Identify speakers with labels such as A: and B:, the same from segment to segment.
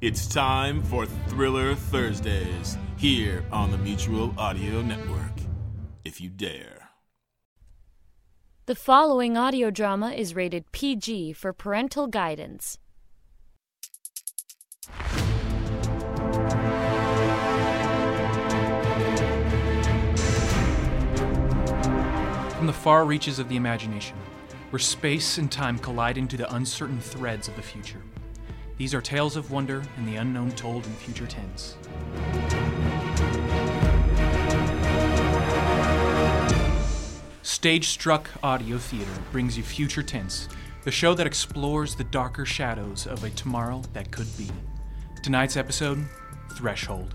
A: It's time for Thriller Thursdays here on the Mutual Audio Network. If you dare.
B: The following audio drama is rated PG for parental guidance.
C: From the far reaches of the imagination, where space and time collide into the uncertain threads of the future. These are tales of wonder and the unknown told in future tense. Stage Struck Audio Theater brings you Future Tense, the show that explores the darker shadows of a tomorrow that could be. Tonight's episode Threshold.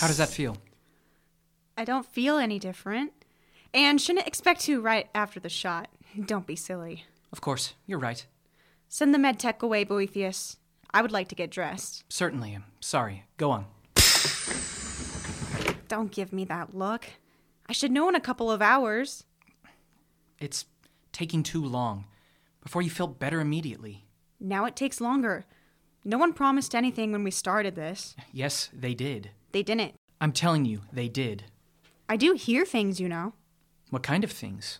C: How does that feel?
D: I don't feel any different. And shouldn't expect to right after the shot. Don't be silly.
C: Of course, you're right.
D: Send the med tech away, Boethius. I would like to get dressed.
C: Certainly. I'm sorry. Go on.
D: Don't give me that look. I should know in a couple of hours.
C: It's taking too long. Before you felt better immediately.
D: Now it takes longer. No one promised anything when we started this.
C: Yes, they did.
D: They didn't.
C: I'm telling you, they did.
D: I do hear things, you know.
C: What kind of things?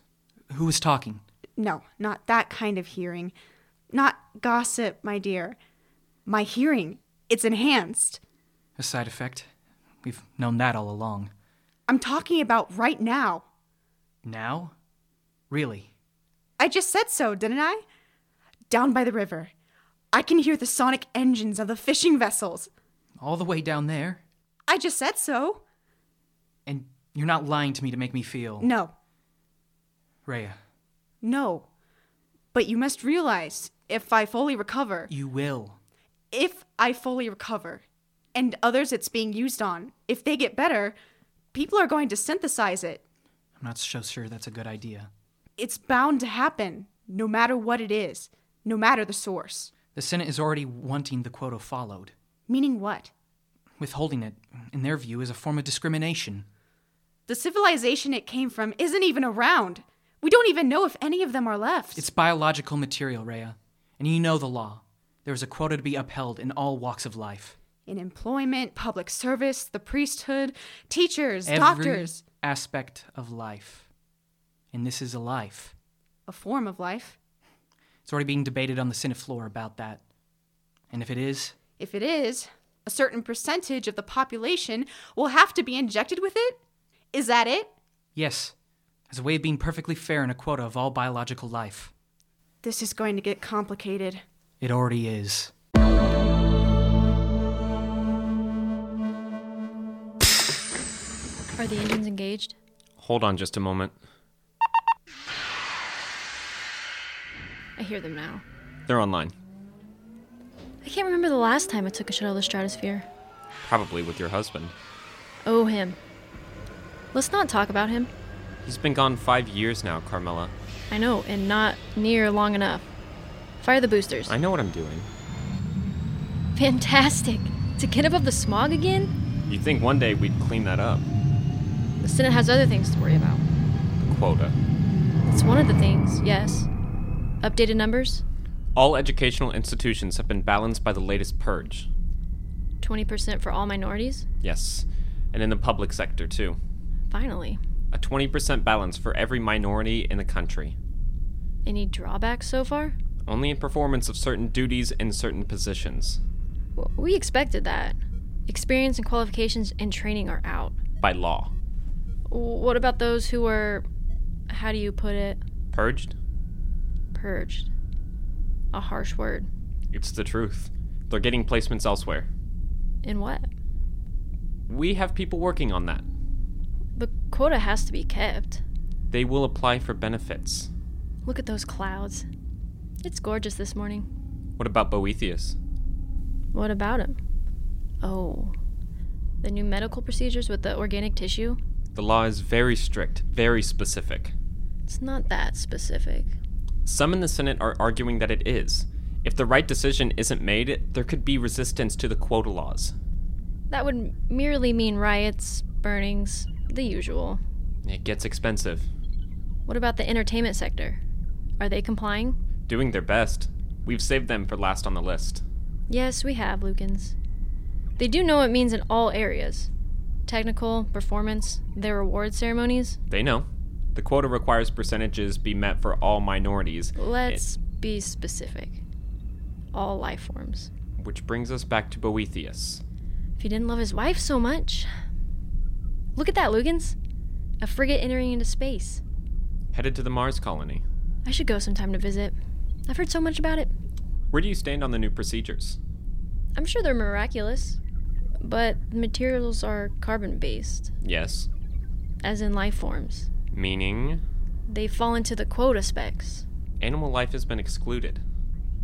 C: Who was talking?
D: No, not that kind of hearing. Not gossip, my dear. My hearing, it's enhanced.
C: A side effect? We've known that all along.
D: I'm talking about right now.
C: Now? Really?
D: I just said so, didn't I? Down by the river. I can hear the sonic engines of the fishing vessels.
C: All the way down there?
D: I just said so.
C: And you're not lying to me to make me feel.
D: No,
C: Rhea,
D: no. But you must realize if I fully recover,
C: you will.
D: if I fully recover, and others it's being used on, if they get better, people are going to synthesize it.
C: I'm not so sure that's a good idea.
D: It's bound to happen, no matter what it is, no matter the source.
C: The Senate is already wanting the quota followed.
D: Meaning what?
C: Withholding it, in their view, is a form of discrimination.
D: The civilization it came from isn't even around. We don't even know if any of them are left.
C: It's biological material, Rhea. And you know the law. There is a quota to be upheld in all walks of life.
D: in employment, public service, the priesthood, teachers,
C: Every
D: doctors.
C: aspect of life. And this is a life.
D: A form of life.
C: It's already being debated on the Senate floor about that. And if it is,
D: If it is, a certain percentage of the population will have to be injected with it? Is that it?
C: yes, as a way of being perfectly fair in a quota of all biological life.
D: This is going to get complicated.
C: It already is.
B: Are the engines engaged?
E: Hold on just a moment.
F: I hear them now.
E: They're online.
F: I can't remember the last time I took a shot of the stratosphere.
E: Probably with your husband.
F: Oh, him. Let's not talk about him.
E: He's been gone five years now, Carmela.
F: I know, and not near long enough. Fire the boosters.
E: I know what I'm doing.
F: Fantastic! To get above the smog again?
E: You'd think one day we'd clean that up.
F: The Senate has other things to worry about.
E: Quota.
F: It's one of the things, yes. Updated numbers?
E: All educational institutions have been balanced by the latest purge.
F: 20% for all minorities?
E: Yes. And in the public sector, too.
F: Finally.
E: A 20% balance for every minority in the country.
F: Any drawbacks so far?
E: Only in performance of certain duties in certain positions.
F: W- We expected that. Experience and qualifications and training are out.
E: By law.
F: What about those who were. How do you put it?
E: Purged?
F: Purged. A harsh word.
E: It's the truth. They're getting placements elsewhere.
F: In what?
E: We have people working on that.
F: But quota has to be kept.
E: They will apply for benefits.
F: Look at those clouds. It's gorgeous this morning.
E: What about Boethius?
F: What about him? Oh. The new medical procedures with the organic tissue?
E: The law is very strict, very specific.
F: It's not that specific.
E: Some in the Senate are arguing that it is. If the right decision isn't made, there could be resistance to the quota laws.
F: That would merely mean riots, burnings, the usual.
E: It gets expensive.
F: What about the entertainment sector? Are they complying?
E: Doing their best. We've saved them for last on the list.
F: Yes, we have, Lukens. They do know it means in all areas technical, performance, their award ceremonies.
E: They know. The quota requires percentages be met for all minorities.
F: Let's be specific. All life forms.
E: Which brings us back to Boethius.
F: If he didn't love his wife so much. Look at that, Lugans. A frigate entering into space.
E: Headed to the Mars colony.
F: I should go sometime to visit. I've heard so much about it.
E: Where do you stand on the new procedures?
F: I'm sure they're miraculous, but the materials are carbon based,
E: Yes.
F: as in life forms.
E: Meaning,
F: They fall into the quota specs.
E: animal life has been excluded.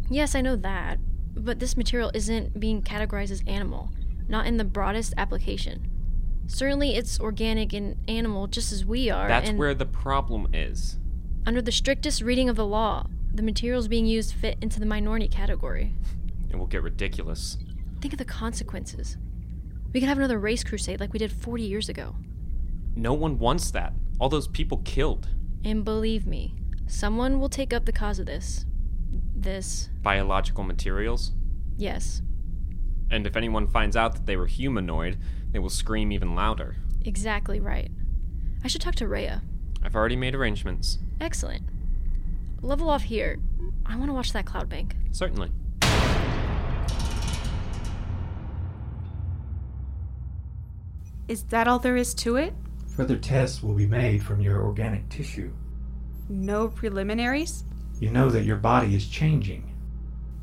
F: Yes, I know that, but this material isn't being categorized as animal, not in the broadest application. Certainly, it's organic and animal just as we are.
E: That's
F: and
E: where the problem is.
F: Under the strictest reading of the law, the materials being used fit into the minority category.
E: It will get ridiculous.
F: Think of the consequences. We could have another race crusade like we did 40 years ago.
E: No one wants that. All those people killed
F: And believe me, someone will take up the cause of this. This,
E: biological materials.
F: yes,
E: And if anyone finds out that they were humanoid, they will scream even louder.
F: exactly right. I should talk to Rhea.
E: I've already made arrangements.
F: Excellent. Level off here. I want to watch that cloud bank.
E: Certainly.
D: Is that all there is to it?
G: Further tests will be made from your organic tissue.
D: No preliminaries?
G: You know that your body is changing.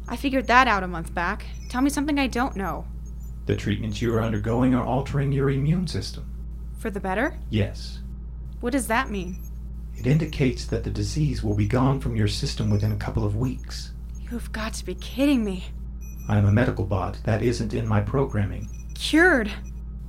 D: I figured that out a month back. Tell me something I don't know.
G: The treatments you are undergoing are altering your immune system.
D: For the better?
G: Yes.
D: What does that mean?
G: It indicates that the disease will be gone from your system within a couple of weeks.
D: You've got to be kidding me.
G: I am a medical bot. That isn't in my programming.
D: Cured!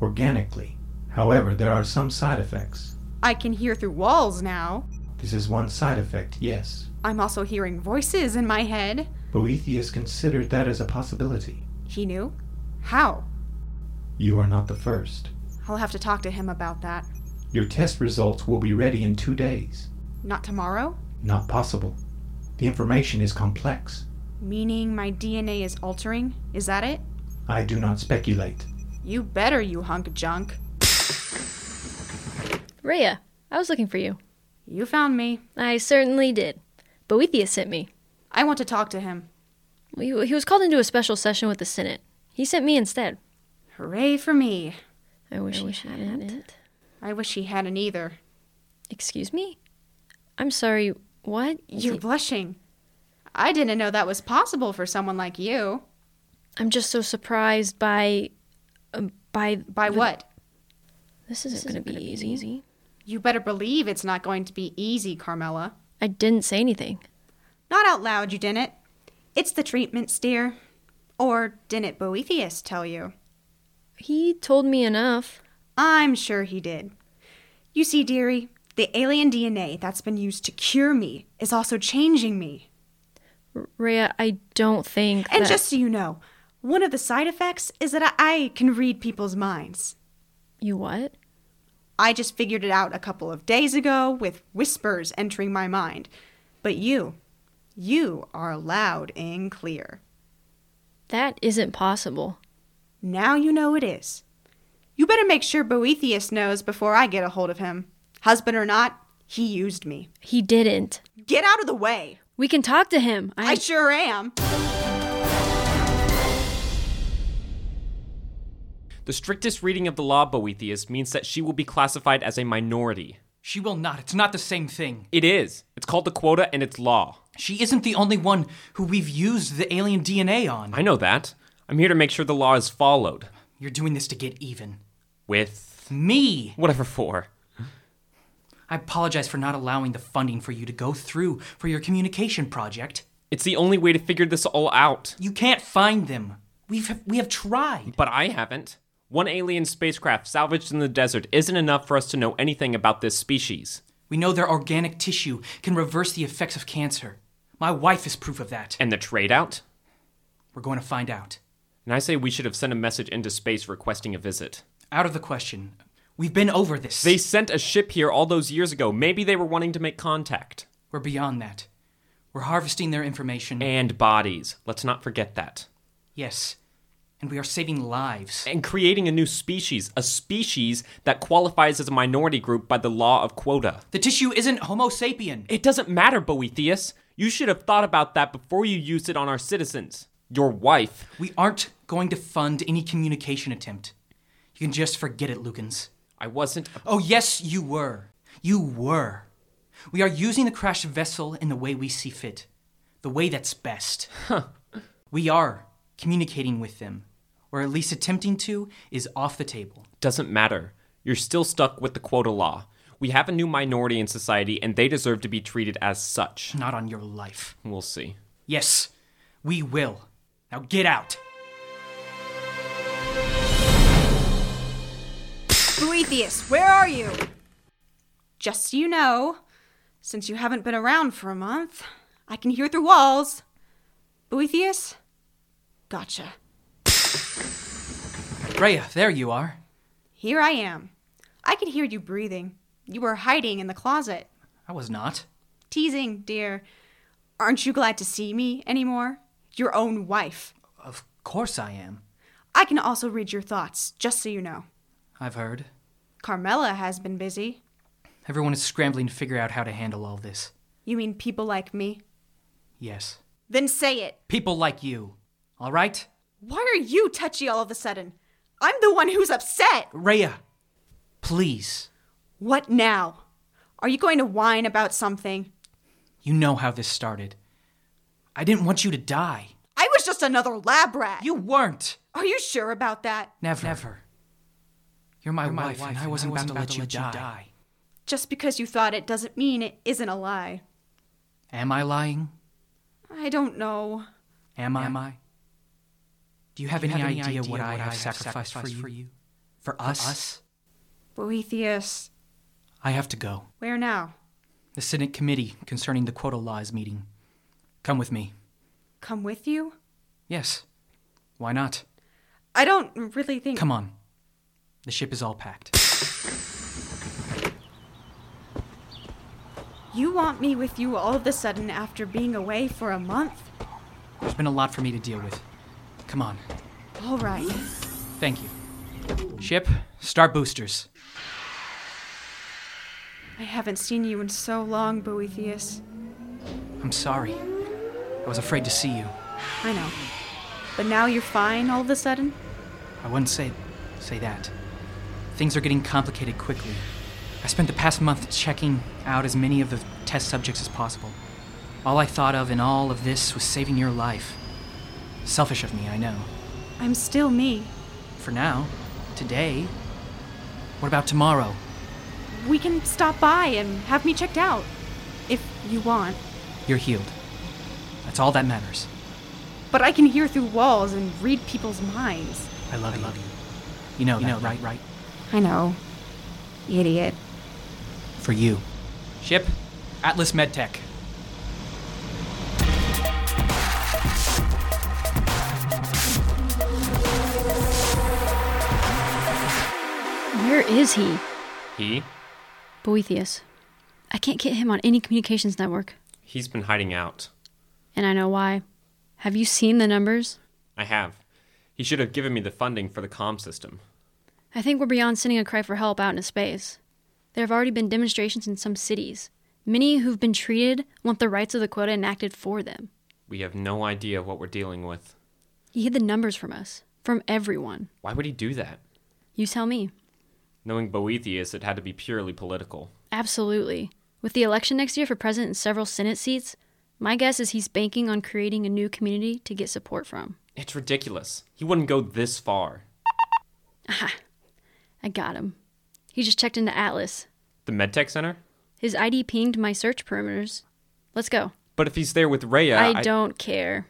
G: Organically. However, there are some side effects.
D: I can hear through walls now.
G: This is one side effect, yes.
D: I'm also hearing voices in my head.
G: Boethius considered that as a possibility.
D: He knew? How?
G: You are not the first.
D: I'll have to talk to him about that.
G: Your test results will be ready in two days.
D: Not tomorrow?
G: Not possible. The information is complex.
D: Meaning my DNA is altering? Is that it?
G: I do not speculate.
D: You better, you hunk of junk.
F: Rhea, I was looking for you.
D: You found me.
F: I certainly did. Boethius sent me.
D: I want to talk to him.
F: He, he was called into a special session with the Senate. He sent me instead.
D: Hooray for me.
F: I wish, he hadn't.
D: I wish he hadn't either.
F: Excuse me? I'm sorry, what?
D: You're blushing. I didn't know that was possible for someone like you.
F: I'm just so surprised by. um, by.
D: By what?
F: This isn't going to be easy.
D: You better believe it's not going to be easy, Carmela.
F: I didn't say anything.
D: Not out loud, you didn't. It's the treatments, dear. Or didn't Boethius tell you?
F: He told me enough.
D: I'm sure he did. You see, dearie, the alien DNA that's been used to cure me is also changing me.
F: R- Rhea, I don't think.
D: And
F: that-
D: just so you know, one of the side effects is that I I can read people's minds.
F: You what?
D: I just figured it out a couple of days ago with whispers entering my mind. But you, you are loud and clear.
F: That isn't possible.
D: Now you know it is. You better make sure Boethius knows before I get a hold of him. Husband or not, he used me.
F: He didn't.
D: Get out of the way.
F: We can talk to him.
D: I sure am.
E: The strictest reading of the law, Boethius, means that she will be classified as a minority.
H: She will not. It's not the same thing.
E: It is. It's called the quota and it's law.
H: She isn't the only one who we've used the alien DNA on.
E: I know that. I'm here to make sure the law is followed.
H: You're doing this to get even.
E: with
C: Me!
E: whatever for.
C: I apologize for not allowing the funding for you to go through for your communication project.
E: It's the only way to figure this all out.
C: You can't find them. We've we have tried.
E: But I haven't. One alien spacecraft salvaged in the desert isn't enough for us to know anything about this species.
C: We know their organic tissue can reverse the effects of cancer. My wife is proof of that.
E: And the trade out?
C: We're going to find out.
E: And I say we should have sent a message into space requesting a visit.
C: Out of the question. We've been over this.
E: They sent a ship here all those years ago. Maybe they were wanting to make contact.
C: We're beyond that. We're harvesting their information.
E: And bodies. Let's not forget that.
C: yes. And we are saving lives.
E: And creating a new species, a species that qualifies as a minority group by the law of quota.
C: The tissue isn't Homo sapien.
E: It doesn't matter, Boethius. You should have thought about that before you used it on our citizens. Your wife.
C: We aren't going to fund any communication attempt. You can just forget it, Lukens.
E: I wasn't.
C: Oh, yes, you were. You were. We are using the crashed vessel in the way we see fit, the way that's best. We are communicating with them, or at least attempting to, is off the table.
E: Doesn't matter. You're still stuck with the quota law. We have a new minority in society, and they deserve to be treated as such.
C: Not on your life.
E: We'll see.
C: Yes, we will. Now get out.
D: Boethius, where are you? Just so you know, since you haven't been around for a month, I can hear through walls. Boethius? Gotcha.
C: Rhea, there you are.
D: Here I am. I can hear you breathing. You were hiding in the closet.
C: I was not.
D: Teasing, dear. Aren't you glad to see me anymore? Your own wife.
C: Of course I am.
D: I can also read your thoughts, just so you know.
C: I've heard.
D: Carmela has been busy.
C: Everyone is scrambling to figure out how to handle all this.
D: You mean people like me?
C: Yes.
D: Then say it.
C: People like you. All right?
D: Why are you touchy all of a sudden? I'm the one who's upset.
C: Rhea, please.
D: What now? Are you going to whine about something?
C: You know how this started. I didn't want you to die.
D: I was just another lab rat.
C: You weren't.
D: Are you sure about that?
C: Never. Never. You're my, wife, and I wasn't, about, to let, you, die.
D: Just because you thought it doesn't mean it isn't a lie.
C: Am I lying?
D: I don't know.
C: Am, I? Am I? Do you have, any, idea, what, I have sacrificed, for, you? for us?
D: Boethius,
C: I have to go.
D: where now?
C: The Senate committee concerning the quota laws meeting. Come with me.
D: Come with you?
C: Yes. Why not?
D: I don't really think.
C: Come on. The ship is all packed.
D: You want me with you all of a sudden after being away for a month?
C: There's been a lot for me to deal with. Come on.
D: All right.
C: Thank you. Ship, start boosters.
D: I haven't seen you in so long, Boethius.
C: I'm sorry. I was afraid to see you.
D: I know. But now you're fine all of a sudden?
C: I wouldn't say say that. Things are getting complicated quickly. I spent the past month checking out as many of the test subjects as possible. All I thought of in all of this was saving your life. Selfish of me, I know.
D: I'm still me.
C: For now, today. What about tomorrow?
D: We can stop by and have me checked out. If you want.
C: You're healed. That's all that matters.
D: But I can hear through walls and read people's minds.
C: I love you. you. know that, right, right?
D: I know. Idiot.
C: For you. Ship, Atlas MedTech.
F: Where is he?
E: He?
F: Boethius. I can't get him on any communications network.
E: He's been hiding out.
F: And I know why. Have you seen the numbers?
E: I have. He should have given me the funding for the comm system.
F: I think we're beyond sending a cry for help out into space. There have already been demonstrations in some cities. Many who've been treated want the rights of the quota enacted for them.
E: We have no idea what we're dealing with.
F: He hid the numbers from us, from everyone.
E: Why would he do that?
F: You tell me.
E: Knowing Boethius, it had to be purely political.
F: Absolutely. With the election next year for president and several Senate seats, my guess is he's banking on creating a new community to get support from.
E: It's ridiculous. He wouldn't go this far.
F: I I got him. He just checked into Atlas.
E: The MedTech Center?
F: His ID pinged my search perimeters. Let's go.
E: But if he's there with Rhea,
F: I don't care.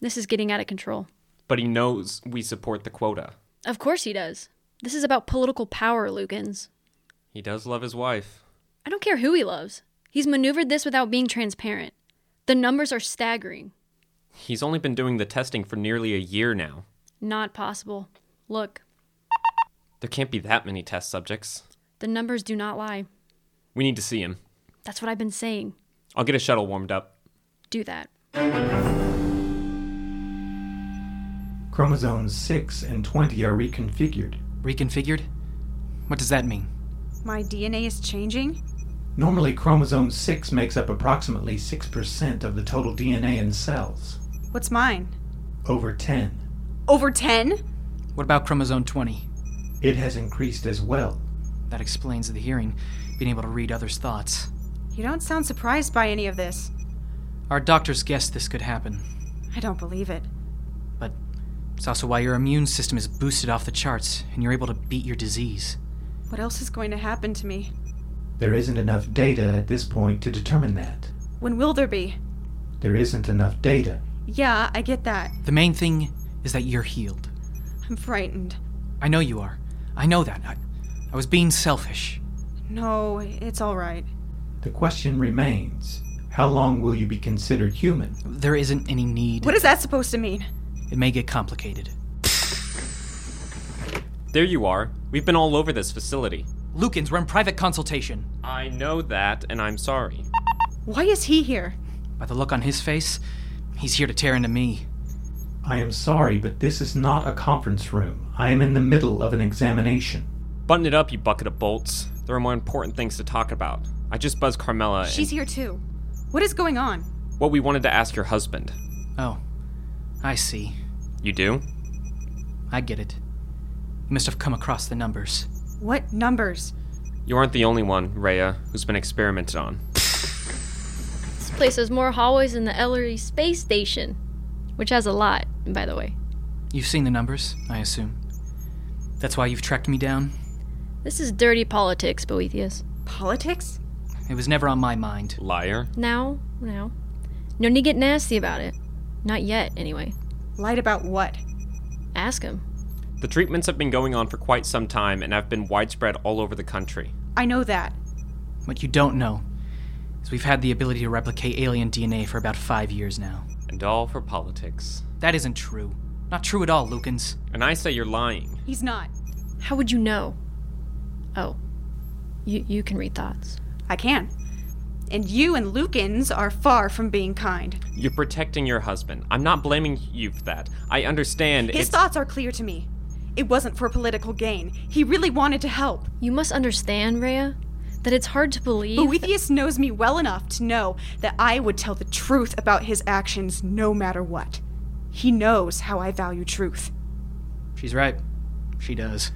F: This is getting out of control.
E: But he knows we support the quota.
F: Of course he does. This is about political power, Lukens.
E: He does love his wife.
F: I don't care who he loves. He's maneuvered this without being transparent. The numbers are staggering.
E: He's only been doing the testing for nearly a year now.
F: Not possible. Look,
E: There can't be that many test subjects.
F: the numbers do not lie.
E: We need to see him.
F: That's what I've been saying.
E: I'll get a shuttle warmed up.
F: Do that.
G: Chromosomes 6 and 20 are reconfigured.
C: Reconfigured? What does that mean?
D: My DNA is changing?
G: Normally, chromosome 6 makes up approximately 6% of the total DNA in cells.
D: What's mine?
G: Over 10.
D: Over 10?
C: What about chromosome 20?
G: It has increased as well.
C: That explains the hearing, being able to read others' thoughts.
D: You don't sound surprised by any of this.
C: Our doctors guessed this could happen,
D: I don't believe it.
C: but it's also why your immune system is boosted off the charts and you're able to beat your disease.
D: What else is going to happen to me?
G: There isn't enough data at this point to determine that.
D: When will there be?
G: There isn't enough data.
D: Yeah, I get that.
C: The main thing is that you're healed.
D: I'm frightened.
C: I know you are. I know that. I, I was being selfish.
D: No, it's alright.
G: The question remains how long will you be considered human?
C: There isn't any need.
D: What is that supposed to mean?
C: It may get complicated.
E: There you are. We've been all over this facility.
C: Lukens, we're in private consultation.
E: I know that, and I'm sorry.
D: Why is he here?
C: By the look on his face, he's here to tear into me.
G: I am sorry, but this is not a conference room. I am in the middle of an examination.
E: Button it up, you bucket of bolts. There are more important things to talk about. I just buzzed Carmela. and-
D: She's here too. What is going on?
E: What we wanted to ask your husband.
C: Oh, I see.
E: You do?
C: I get it. You must have come across the numbers.
D: What numbers?
E: You aren't the only one, Rhea, who's been experimented on.
F: This place has more hallways than the Ellery Space Station, which has a lot, by the way.
C: You've seen the numbers, I assume. That's why you've tracked me down?
F: This is dirty politics, Boethius.
D: Politics?
C: It was never on my mind.
E: Liar.
F: Now, now. No need to get nasty about it. Not yet, anyway.
D: Lied about what?
F: Ask him.
E: The treatments have been going on for quite some time and have been widespread all over the country.
D: I know that.
C: What you don't know is we've had the ability to replicate alien DNA for about five years now.
E: And all for politics.
C: That isn't true. Not true at all, Lukens.
E: And I say you're lying.
D: He's not.
F: How would you know? Oh, you, you can read thoughts.
D: I can. And you and Lukens are far from being kind.
E: You're protecting your husband. I'm not blaming you for that. I understand
D: His
E: it's-
D: thoughts are clear to me. It wasn't for political gain. He really wanted to help.
F: You must understand, Rhea, that it's hard to believe.
D: Boethius knows me well enough to know that I would tell the truth about his actions no matter what. He knows how I value truth.
C: She's right. She does.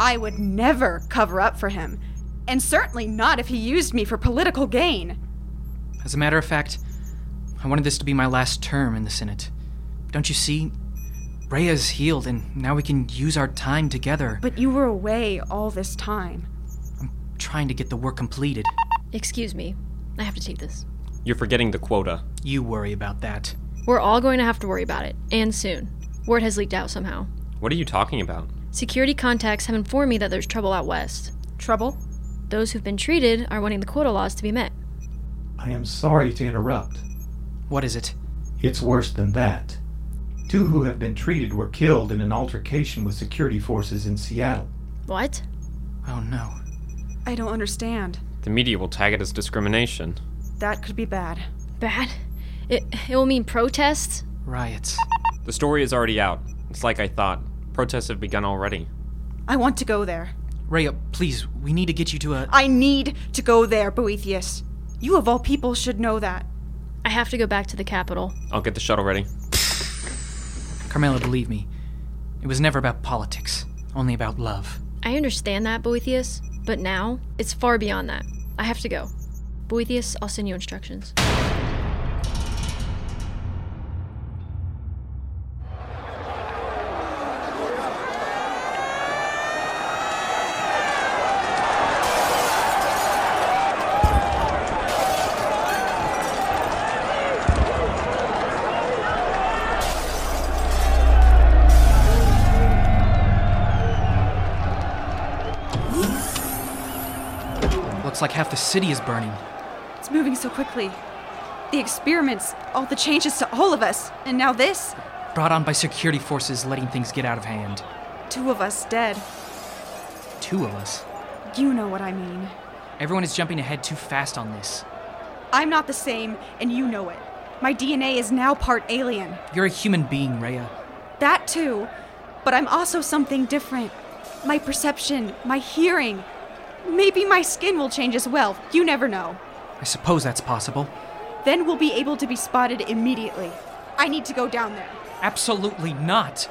D: I would never cover up for him, and certainly not if he used me for political gain.
C: As a matter of fact, I wanted this to be my last term in the Senate. Don't you see? Rhea's healed, and now we can use our time together.
D: But you were away all this time.
C: trying to get the work completed.
F: Excuse me. I have to take this.
E: You're forgetting the quota.
C: You worry about that.
F: We're all going to have to worry about it, and soon. Word has leaked out somehow.
E: What are you talking about?
F: Security contacts have informed me that there's trouble out west.
D: Trouble?
F: Those who've been treated are wanting the quota laws to be met.
G: I am sorry to interrupt.
C: What is it?
G: It's worse than that. Two who have been treated were killed in an altercation with security forces in Seattle.
F: What?
C: Oh no.
D: I don't understand.
E: The media will tag it as discrimination.
D: That could be bad.
F: Bad? It, it will mean protests?
C: Riots.
E: The story is already out. It's like I thought. Protests have begun already.
D: I want to go there.
C: Rhea, uh, please, we need to get you to uh, a.
D: I need to go there, Boethius. You of all people should know that.
F: I have to go back to the capital.
E: I'll get the shuttle ready.
C: Carmela, believe me. It was never about politics, only about love.
F: I understand that, Boethius, but now it's far beyond that. I have to go. Boethius, I'll send you instructions.
C: Looks like half the city is burning.
D: It's moving so quickly. The experiments, all the changes to all of us, and now this?
C: Brought on by security forces letting things get out of hand.
D: Two of us dead.
C: Two of us.
D: You know what I mean.
C: Everyone is jumping ahead too fast on this.
D: I'm not the same, and you know it. My DNA is now part alien.
C: You're a human being, Rhea.
D: That too. But I'm also something different. My perception, my hearing. Maybe my skin will change as well. You never know.
C: I suppose that's possible.
D: Then we'll be able to be spotted immediately. I need to go down there.
C: Absolutely not.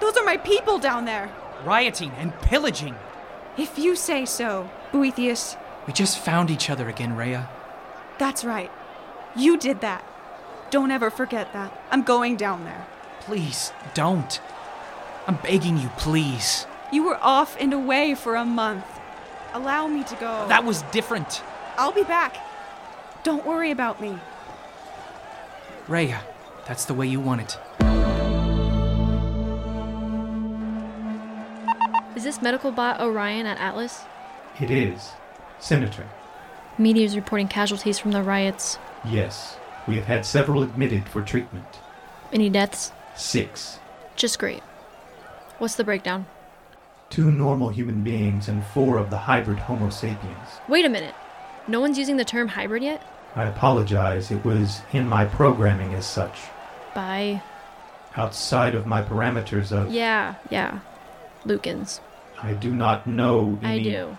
D: Those are my people down there.
C: Rioting and pillaging.
D: If you say so, Boethius.
C: We just found each other again, Rhea.
D: That's right. You did that. Don't ever forget that. I'm going down there.
C: Please, don't. I'm begging you, please.
D: You were off and away for a month. Allow me to go.
C: That was different.
D: I'll be back. Don't worry about me.
C: Rhea, that's the way you want it.
F: Is this medical bot Orion at Atlas?
G: It is. Senator,
F: Media is reporting casualties from the riots.
G: yes, we have had several admitted for treatment.
F: Any deaths?
G: Six.
F: Just great. What's the breakdown?
G: Two normal human beings and four of the hybrid Homo sapiens.
F: Wait a minute. No one's using the term hybrid yet?
G: I apologize, it was in my programming as such,
F: By.
G: outside of my parameters of.
F: Yeah, yeah. Lukens.
G: I do not know
F: I
G: any.
F: do.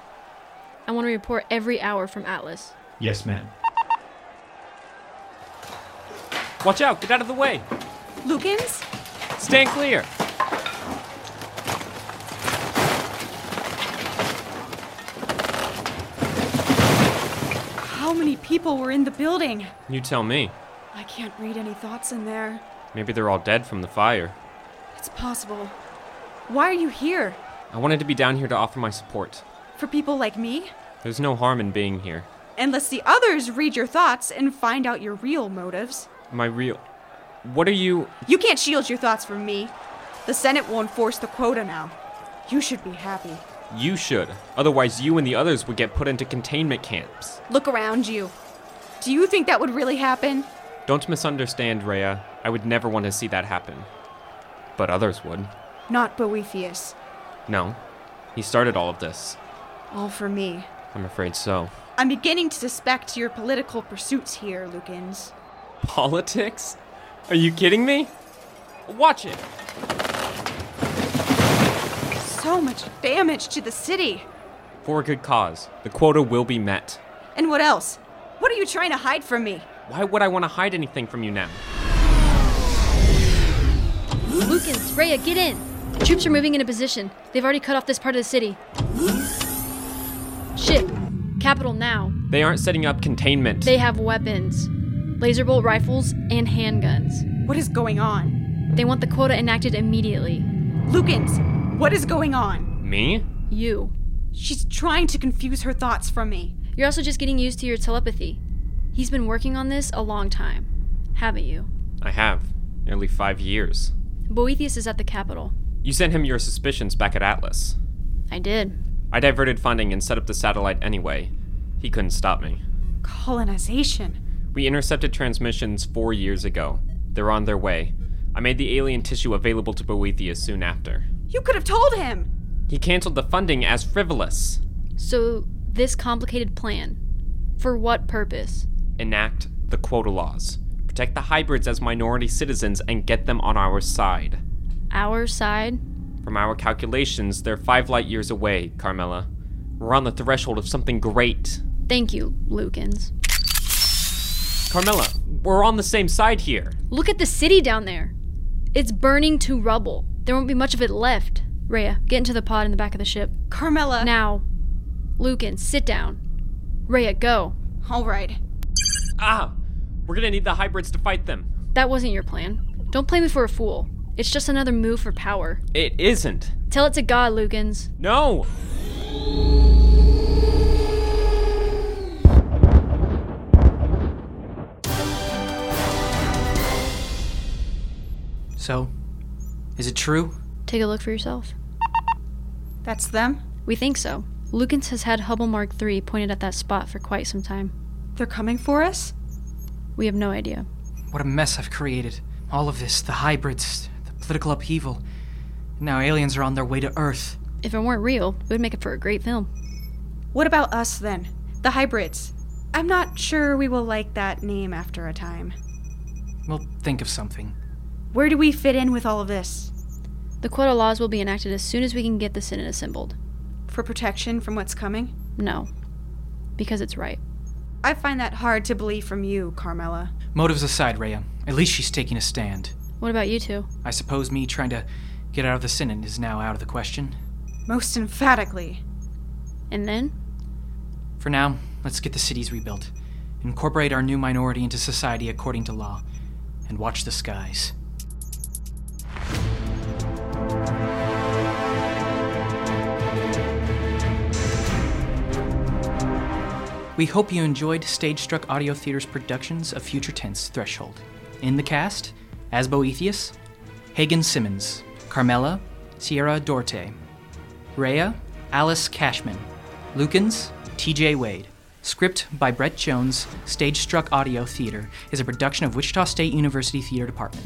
F: I want to report every hour from Atlas.
G: Yes, ma'am.
E: Watch out! Get out of the way!
D: Lukens?
E: Stand clear!
D: How many people were in the building?
E: You tell me.
D: I can't read any thoughts in there.
E: Maybe they're all dead from the fire.
D: It's possible. Why are you here?
E: I wanted to be down here to offer my support.
D: For people like me?
E: There's no harm in being here.
D: Unless the others read your thoughts and find out your real motives.
E: My real. What are you.
D: You can't shield your thoughts from me. The Senate will enforce the quota now. You should be happy.
E: You should. Otherwise, you and the others would get put into containment camps.
D: Look around you. Do you think that would really happen?
E: Don't misunderstand, Rhea. I would never want to see that happen. But others would.
D: Not Boethius.
E: No. He started all of this.
D: All for me.
E: I'm afraid so.
D: I'm beginning to suspect your political pursuits here, Lukens.
E: Politics? Are you kidding me? Watch it!
D: So much damage to the city.
E: For a good cause. The quota will be met.
D: And what else? What are you trying to hide from me?
E: Why would I want to hide anything from you now?
F: Lukens, Rhea, get in! Troops are moving into position. They've already cut off this part of the city. Ship, capital now.
E: They aren't setting up containment.
F: They have weapons laser bolt rifles and handguns.
D: What is going on?
F: They want the quota enacted immediately.
D: Lukens, what is going on?
E: Me?
F: You.
D: She's trying to confuse her thoughts from me.
F: You're also just getting used to your telepathy. He's been working on this a long time, haven't you?
E: I have. Nearly five years.
F: Boethius is at the capital.
E: You sent him your suspicions back at Atlas.
F: I did.
E: I diverted funding and set up the satellite anyway. He couldn't stop me.
D: Colonization.
E: We intercepted transmissions four years ago. They're on their way. I made the alien tissue available to Boethius soon after.
D: You could have told him.
E: He canceled the funding as frivolous.
F: So, this complicated plan. For what purpose?
E: Enact the quota laws. Protect the hybrids as minority citizens and get them on our side.
F: Our side?
E: From our calculations, they're five light years away, Carmela. We're on the threshold of something great.
F: Thank you, Lukens.
E: Carmela, we're on the same side here.
F: Look at the city down there. It's burning to rubble. There won't be much of it left. Rhea, get into the pod in the back of the ship.
D: Carmela.
F: Now. Lucan, sit down. Rhea, go.
D: All right.
E: Ah! We're gonna need the hybrids to fight them.
F: That wasn't your plan. Don't play me for a fool. It's just another move for power.
E: It isn't.
F: Tell it to God, Lukens.
E: No!
C: So, is it true?
F: Take a look for yourself.
D: That's them?
F: We think so. Lukens has had Hubble Mark III pointed at that spot for quite some time.
D: They're coming for us?
F: We have no idea.
C: What a mess I've created. All of this, the hybrids, the political upheaval. Now aliens are on their way to Earth.
F: If it weren't real, it would make it for a great film.
D: What about us then? The hybrids. I'm not sure we will like that name after a time.
C: We'll think of something.
D: Where do we fit in with all of this?
F: The quota laws will be enacted as soon as we can get the Senate assembled.
D: For protection from what's coming?
F: No. Because it's right.
D: I find that hard to believe from you, Carmela.
C: Motives aside, Rhea, at least she's taking a stand.
F: What about you two?
C: I suppose me trying to get out of the Senate is now out of the question.
D: Most emphatically.
F: And then?
C: For now, let's get the cities rebuilt, incorporate our new minority into society according to law, and watch the skies. We hope you enjoyed Stage Struck Audio Theater's productions of Future Tense Threshold. In the cast, as Boethius, Hagen Simmons, Carmela, Sierra Dorte, Rhea, Alice Cashman, Lukens, TJ Wade. Script by Brett Jones, Stage Struck Audio Theater is a production of Wichita State University Theater Department.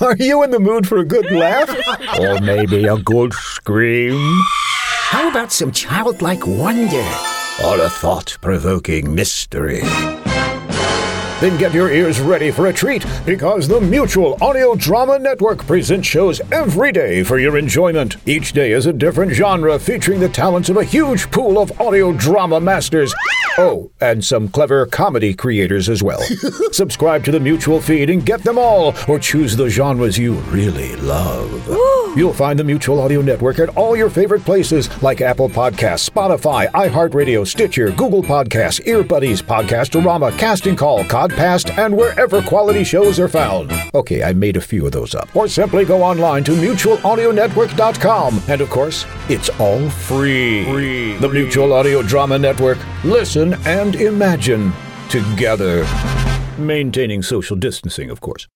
G: Are you in the mood for a good laugh? or maybe a good scream?
I: How about some childlike wonder?
G: Or a thought provoking mystery? Then get your ears ready for a treat because the Mutual Audio Drama Network presents shows every day for your enjoyment. Each day is a different genre featuring the talents of a huge pool of audio drama masters. Oh, and some clever comedy creators as well. Subscribe to the Mutual feed and get them all, or choose the genres you really love. You'll find the Mutual Audio Network at all your favorite places like Apple Podcasts, Spotify, iHeartRadio, Stitcher, Google Podcasts, Earbuddies, Podcastorama, Casting Call, Codcast, and wherever quality shows are found. Okay, I made a few of those up. Or simply go online to mutualaudionetwork.com. And of course, it's all free. The Mutual Audio Drama Network. Listen and imagine together. Maintaining social distancing, of course.